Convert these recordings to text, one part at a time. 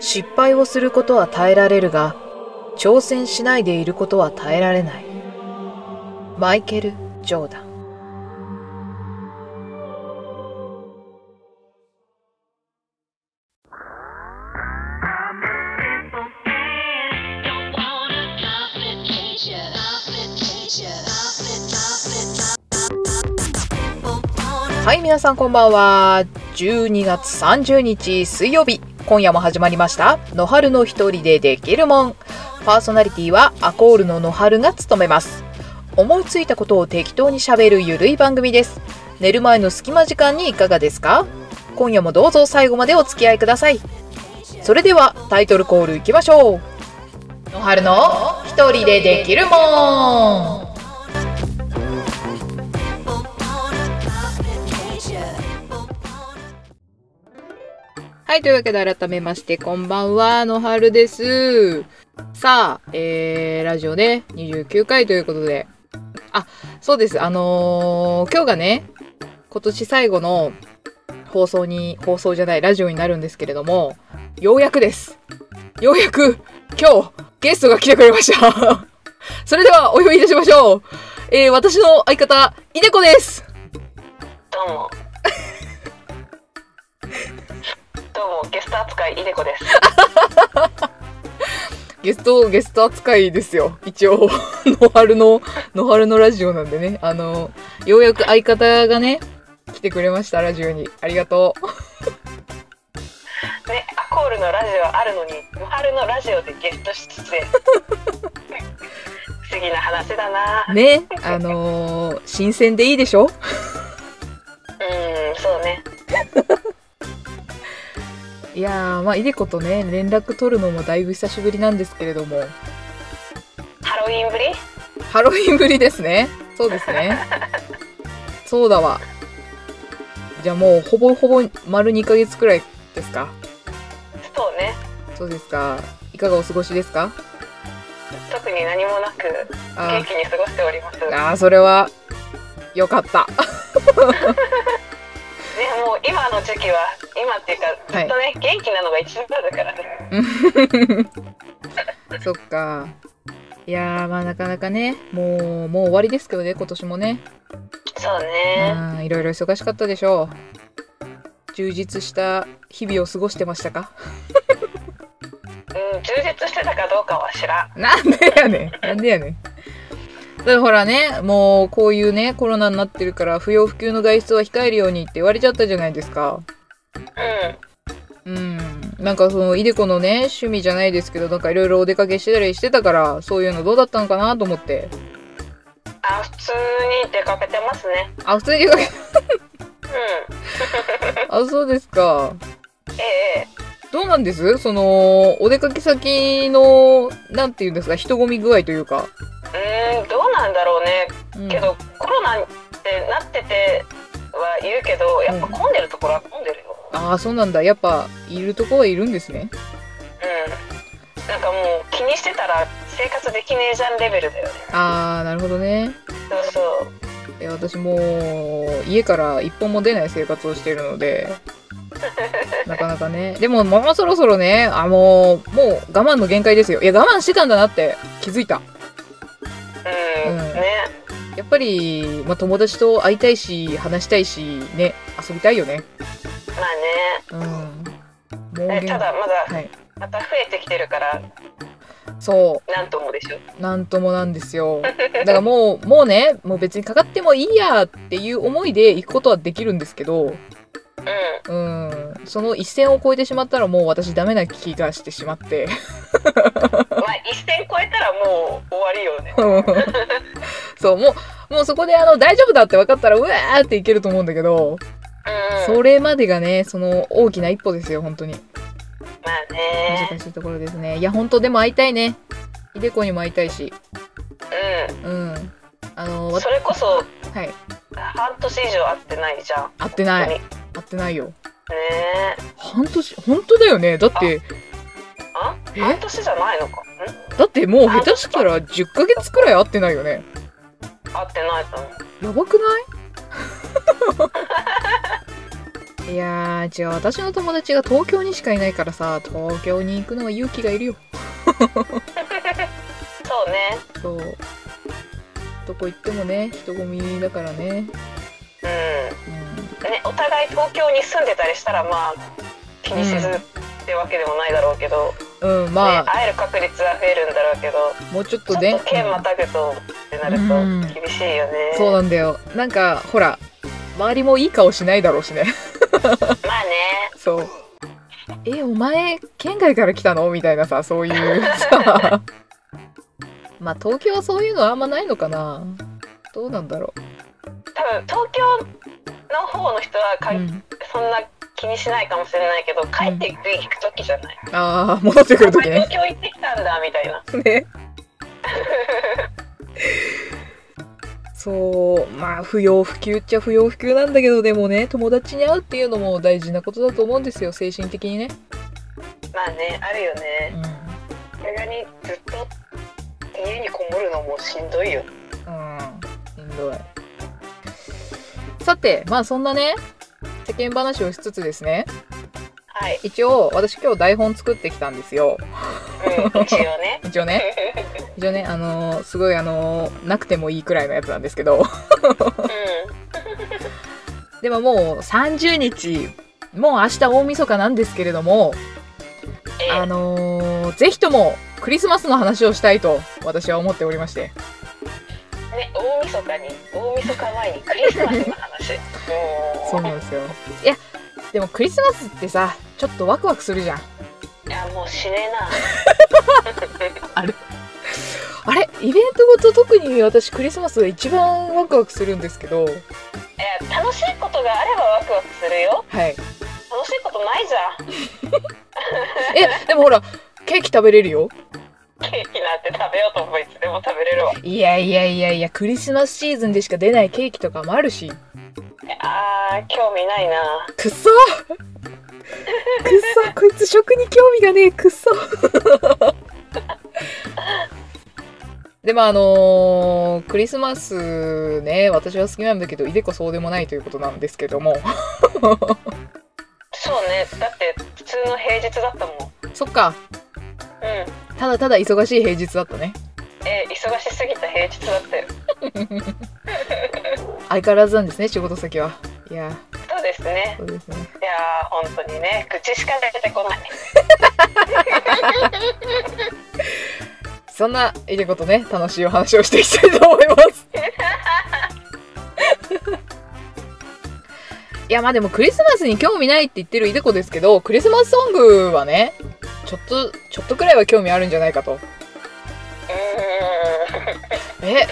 失敗をすることは耐えられるが、挑戦しないでいることは耐えられない。マイケル・ジョーダン。はい、皆さんこんばんは。12月30日水曜日、今夜も始まりました。野春の一人でできるもん。パーソナリティはアコールの野春が務めます。思いついたことを適当に喋るゆるい番組です。寝る前の隙間時間にいかがですか今夜もどうぞ最後までお付き合いください。それではタイトルコールいきましょう。野春の一人でできるもん。はい、というわけで改めまして、こんばんは、のはるです。さあ、えー、ラジオね、29回ということで。あ、そうです、あのー今日がね、今年最後の放送に、放送じゃない、ラジオになるんですけれども、ようやくです。ようやく、今日、ゲストが来てくれました。 それでは、お呼びいたしましょう。えー、私の相方、いでこです。どうも。 どうも、ゲスト扱い、いでこです。ゲスト、ゲスト扱いですよ。一応、 野春の、野春のラジオなんでね。あの、ようやく相方がね、来てくれました、ラジオに。ありがとう。ね、アコールのラジオあるのに、無春のラジオでゲスト出 演。不思議な話だな。ね、あのー新鮮でいいでしょうん、そうね。いやー、まあ、いでことね、連絡取るのもだいぶ久しぶりなんですけれども、ハロウィンぶり。ハロウィンぶりですね。そうですね。そうだわ。じゃあもう、ほぼほぼ丸2ヶ月くらいですかそうね。そうですか。いかがお過ごしですか特に何もなく、あー元気に過ごしております。ね、ああそれはよかったもう今の時期は、今っていうか、ずはいっとね、元気なのが一番だからね。そっかいやーまあなかなかねもうもう終わりですけどね今年もねそうね。あーいろいろ忙しかったでしょう充実した日々を過ごしてましたかうん、充実してたかどうかは知らん。なんでやねんなんでやねんだからほらねもうこういうねコロナになってるから不要不急の外出は控えるようにって言われちゃったじゃないですかうん。うんなんかそのいでこのね趣味じゃないですけどなんかいろいろお出かけしてたりしてたからそういうのどうだったのかなと思ってあ、普通に出かけてますね。あ普通に出かけうん。あそうですかええどうなんですそのお出かけ先のなんていうんですか人混み具合というか、うーんどうなんだろうねうん、けど、コロナってなっててはいるけどやっぱうん混んでるところは混んでるよああそうなんだやっぱいるとこはいるんですねうんなんかもう気にしてたら生活できねえじゃんレベルだよねああなるほどねそうそういや私もう家から一本も出ない生活をしているの でなかなかねでももうそろそろねあもうもう我慢の限界ですよいや我慢してたんだなって気づいたうん、うんねやっぱり、まあ、友達と会いたいし話したいしね遊びたいよねまうんもうあね限えただまだはい、また増えてきてるからそなんともでしょうなんともなんですよだからもうもうねもう別にかかってもいいやっていう思いで行くことはできるんですけどうんうんその一線を越えてしまったらもう私ダメな気がしてしまって まあ一線超えたらもう終わりよねそうもうもうそこであの大丈夫だって分かったらうわーっていけると思うんだけど、うんそれまでがねその大きな一歩ですよ本当にまあね難しいところですねいや本当でも会いたいねいでこにも会いたいしうんあのうんわそれこそはい半年以上会ってないじゃん会ってない本会ってないよ当にねえ半年本当だよねだってあえ半年じゃないのかんだってもう下手したら10ヶ月くらい会ってないよね合ってないと思うやばくないい いやー、じゃあ私の友達が東京にしかいないからさ、東京に行くのは勇気がいるよ。そうねそう。どこ行ってもね、人混みだからね。ううんねお互い東京に住んでたりしたらまあ気にせずうんってわけでもないだろうけど、ん。うん、ねま、あ、会える確率は増えるんだろうけどもうちょっちとょねっと。県またぐとってなるうんと厳しいよね、そうなんだよ。なんか、ほら、周りもいい顔しないだろうしね。まあねそう。え、お前、県外から来たのみたいなさ、そういうさ。まあ、東京はそういうのあんまないのかな。どうなんだろ多分東京の方の人はう。か、うん、そんな気にしないかもしれないけど帰っていく時じゃない、ああ、戻ってくるときね東。京行ってきたんだみたいなね。 そう、まあ、不要不急っちゃ不要不急なんだけど、でもね、友達に会うっていうのも大事なことだと思うんですよ、精神的にね。まあねあるようねん。さすがにずっと家にこもるのもしんどいようん、しんどい。さて、まあそんなね、世間話をしつつですね、はい、一応、私今日台本作ってきたんですよ。うん、一応 ね一応ね、一応ね、あのーすごいあのーなくてもいいくらいのやつなんですけど、 うんでももう30日、もう明日大晦日なんですけれども、ええあのーぜひともクリスマスの話をしたいと私は思っておりましてね大晦日に大晦日前にクリス マスの話もそうなんですよいやでもクリスマスってさちょっとワクワクするじゃんいやもうしねえなあれイベントごと特に私クリスマスが一番ワクワクするんですけどいや楽しいことがあればワクワクするよはい楽しいことないじゃんえでもほらケーキ食べれるよケーキなんて食べようと思いつでも食べれるわいやいやいやいやクリスマスシーズンでしか出ないケーキとかもあるしあー興味ないなくっそくっそこいつ食に興味がねえくっそでまああのークリスマスね私は好きなんだけどいでこそうでもないということなんですけどもそうねだって普通の平日だったもんうんそっかただただ忙しい平日だったねえ忙しすぎた平日だったよ相変わらずなんですね仕事先はいやそうですねそうですねいやー本当にね愚痴しか出てこないそんないでことね楽しいお話をしていきたいと思いますいやまあでもクリスマスに興味ないって言ってるいでこですけどクリスマスソングはねちょっとちょっとくらいは興味あるんじゃないかとうーんえ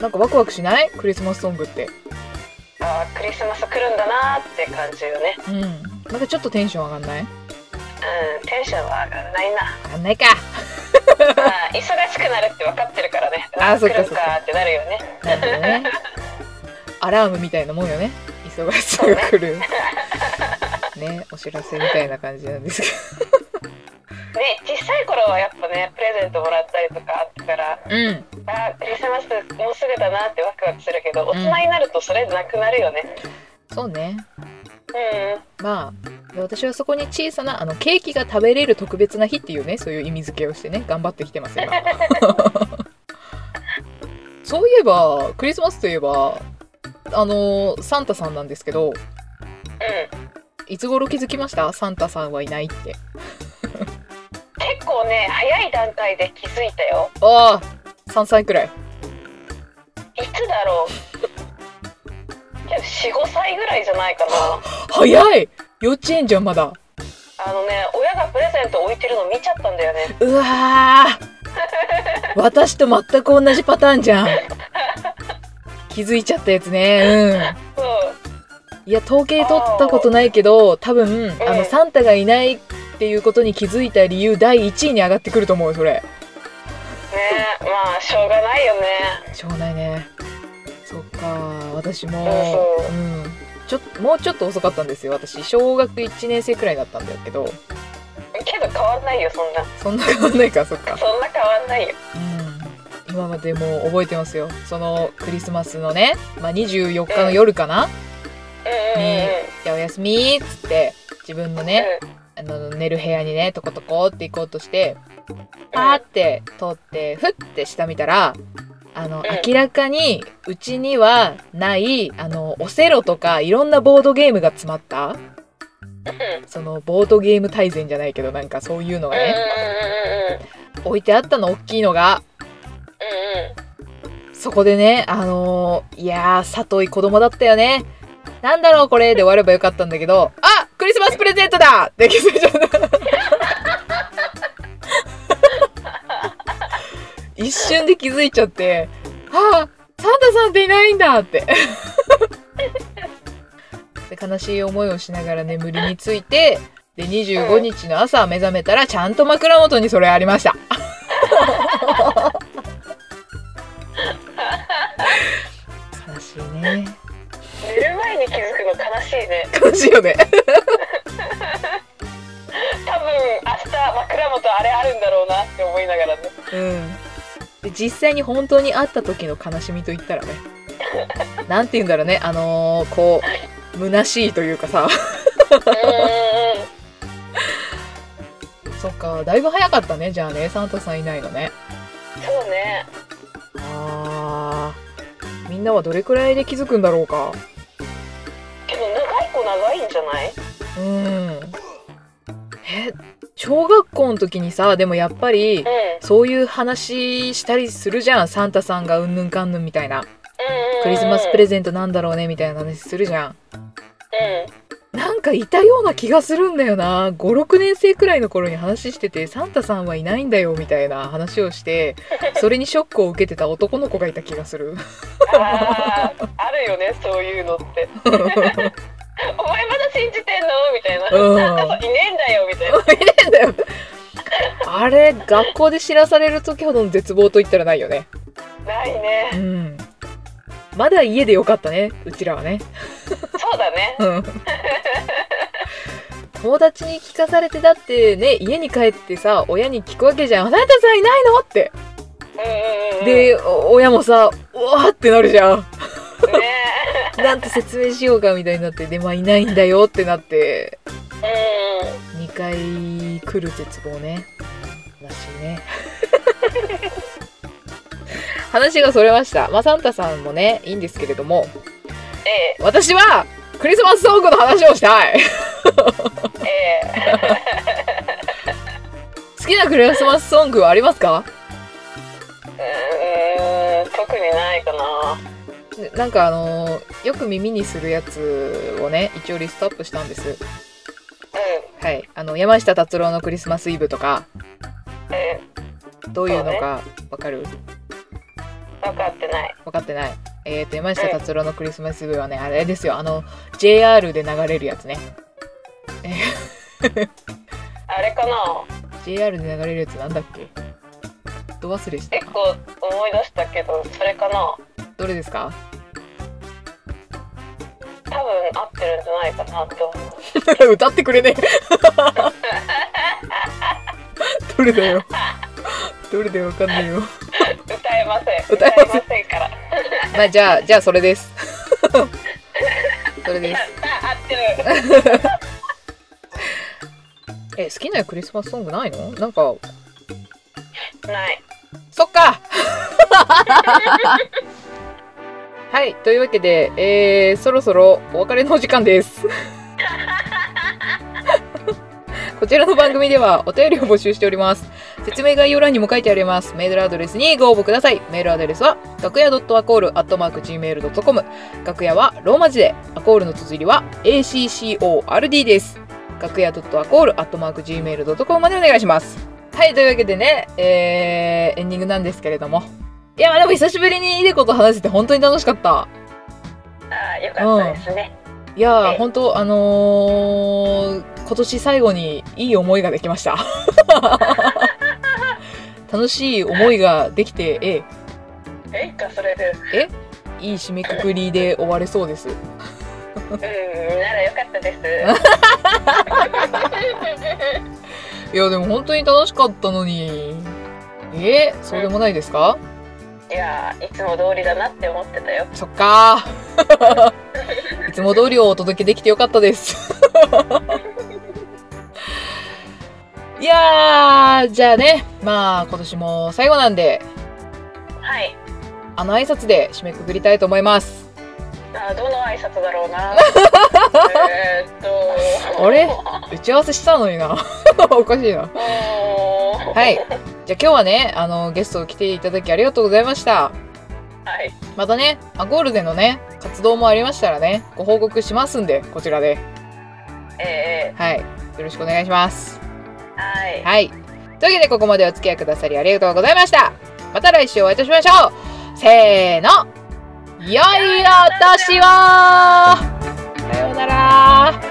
なんかワクワクしないクリスマスソングってあークリスマス来るんだなーって感じよねうんなんかちょっとテンション上がんないうんテンションは上がらないな 上がんないかまあ忙しくなるって分かってるからねあーそっか来るんかーってなるよねなるほどね アラームみたいなもんよね忙しさが来るねお知らせみたいな感じなんですけね小さい頃はやっぱねプレゼントもらったりとかあったからど うんあクリスマスもうすぐだなってワクワクするけど大人になるとそれなくなるよねそうねうん、まあで私はそこに小さなあのケーキが食べれる特別な日っていうねそういう意味付けをしてね頑張ってきて ます今そういえばクリスマスといえばあのサンタさんなんですけどうん、いつ頃気づきましたサンタさんはいないって結構ね早い段階で気づいたよああ3歳くらいいつだろうでも45歳ぐらいじゃないかな早い幼稚園じゃんまだあのね親がプレゼント置いてるの見ちゃったんだよねうわー私と全く同じパターンじゃん気づいちゃったやつねそううんいや統計取ったことないけど多分ええあのサンタがいないっていうことに気づいた理由第1位に上がってくると思うよそれねまあしょうがないよねしょうがないねそっか私もそうそううんちょっともうちょっと遅かったんですよ私小学1年生くらいだったんだけどけど変わんないよそんなそんな変わんないかそっかそんな変わんないようん今までもう覚えてますよそのクリスマスのね、まあ、24日の夜かな、ううんうんうんねじゃあおやすみっつって自分のねあの寝る部屋にねトコトコって行こうとしてパーって通ってふって下見たらあのうん明らかにうちにはないあのオセロとかいろんなボードゲームが詰まったうんうんそのボードゲーム大全じゃないけどなんかそういうのがね置いてあったの大きいのがそこでねあのーいやー佐藤子供だったよねなんだろうこれで終わればよかったんだけどあクリスマスプレゼントだって気づいちゃった一瞬で気づいちゃってあサンタさんっていないんだってで悲しい思いをしながら眠りについてで25日の朝目覚めたらちゃんと枕元にそれありました悲しいね寝る前に気づくの悲しいね悲しいよね多分明日枕元あれあるんだろうなって思いながらねうん、で実際に本当に会った時の悲しみといったらねなんて言うんだろうねあのーこう虚しいというかさ うそっかだいぶ早かったねじゃあねサンタさんいないのねんそうねあーみんなはどれくらいで気づくんだろうかけど長い子長いんじゃないうんえ小学校の時にさでもやっぱりうんそういう話したりするじゃんサンタさんがうんぬんかんぬんみたいなうんクリスマスプレゼントなんだろうねみたいな話するじゃんうんなんかいたような気がするんだよな56年生くらいの頃に話しててサンタさんはいないんだよみたいな話をしてそれにショックを受けてた男の子がいた気がするあーあるよねそういう のってお前まだ信じてんのみたいな、 うんなんかいねえんだよみたいな見てんだよあれ学校で知らされる時ほどの絶望と言ったらないよねないうねんまだ家でよかったねうちらはねそうだねうん友達に聞かされてだってね家に帰ってさ親に聞くわけじゃん「あなたさんいないの?」ってうんうんうんでお親もさ「うわ!」ってなるじゃんねなんて説明しようかみたいになってでまあいないんだよってなってえうん2回来る絶望ね悲しいね話がそれましたまあサンタさんもねいいんですけれどもえ私はクリスマスソングの話をしたい ええ好きなクリスマスソングはありますかえうーん特にないかななんかあのーよく耳にするやつをね一応リストアップしたんですうはいあの山下達郎の「クリスマスイブ」とかんえどういうのかわかる、分かってない分かってない。えー、と山下達郎のクリスマスイブはね、あれですよ、あの、JR で流れるやつね。あれかな JR で流れるやつなんだっけど忘れした結。構思い出したけどそれかなどれですか 多分合ってるんじゃないかなって思う歌ってくれねえ。 どれだよ。どれだよ、わかんないよ。歌えません歌えませんせんからまあ、じゃあ、じゃあ、それです。 それです。あ合ってるえ、好きなクリスマスソングないのなんか、ないそっか はい、というわけで、えー、そろそろお別れのお時間です。 こちらの番組ではお便りを募集しております。説明概要欄にも書いてあります。メールアドレスにご応募ください。メールアドレスは、楽屋 .acall.gmail.com。楽屋はローマ字で、アコールの綴りは ACCORD です。楽屋 .acall.gmail.com までお願いします。はい、というわけでね、えー、エンディングなんですけれども。いや、まあでも久しぶりにいでこと話せて本当に楽しかった。あーよかったですね、いやえー、え本当あのー今年最後にいい思いができました。楽しい思いができて、ええいいかそれでえ、いい締めくくりで終われそうです。うんならよかったです いや、でも本当に楽しかったのに。えー、そうでもないですかいやーいつも通りだなって思ってたよ そっかー。いつも通りをお届けできてよかったです。 いやー、じゃあね、まあ今年も最後なんで、はいあの挨拶で締めくくりたいと思います。あーどの挨拶だろう なえーっとあれ打ち合わせしたのにな。 おかしいな。ははい。じゃあ今日はね、あの、ゲスト来ていただきありがとうございました。はいまたね、アゴールでのね、活動もありましたらね、ご報告しますんで、こちらで。えはい。よろしくお願いします。ー、はいはい。というわけで、ここまでお付き合いくださりありがとうございました。また来週お会いいたしましょう。せーの。良いお年をさようなら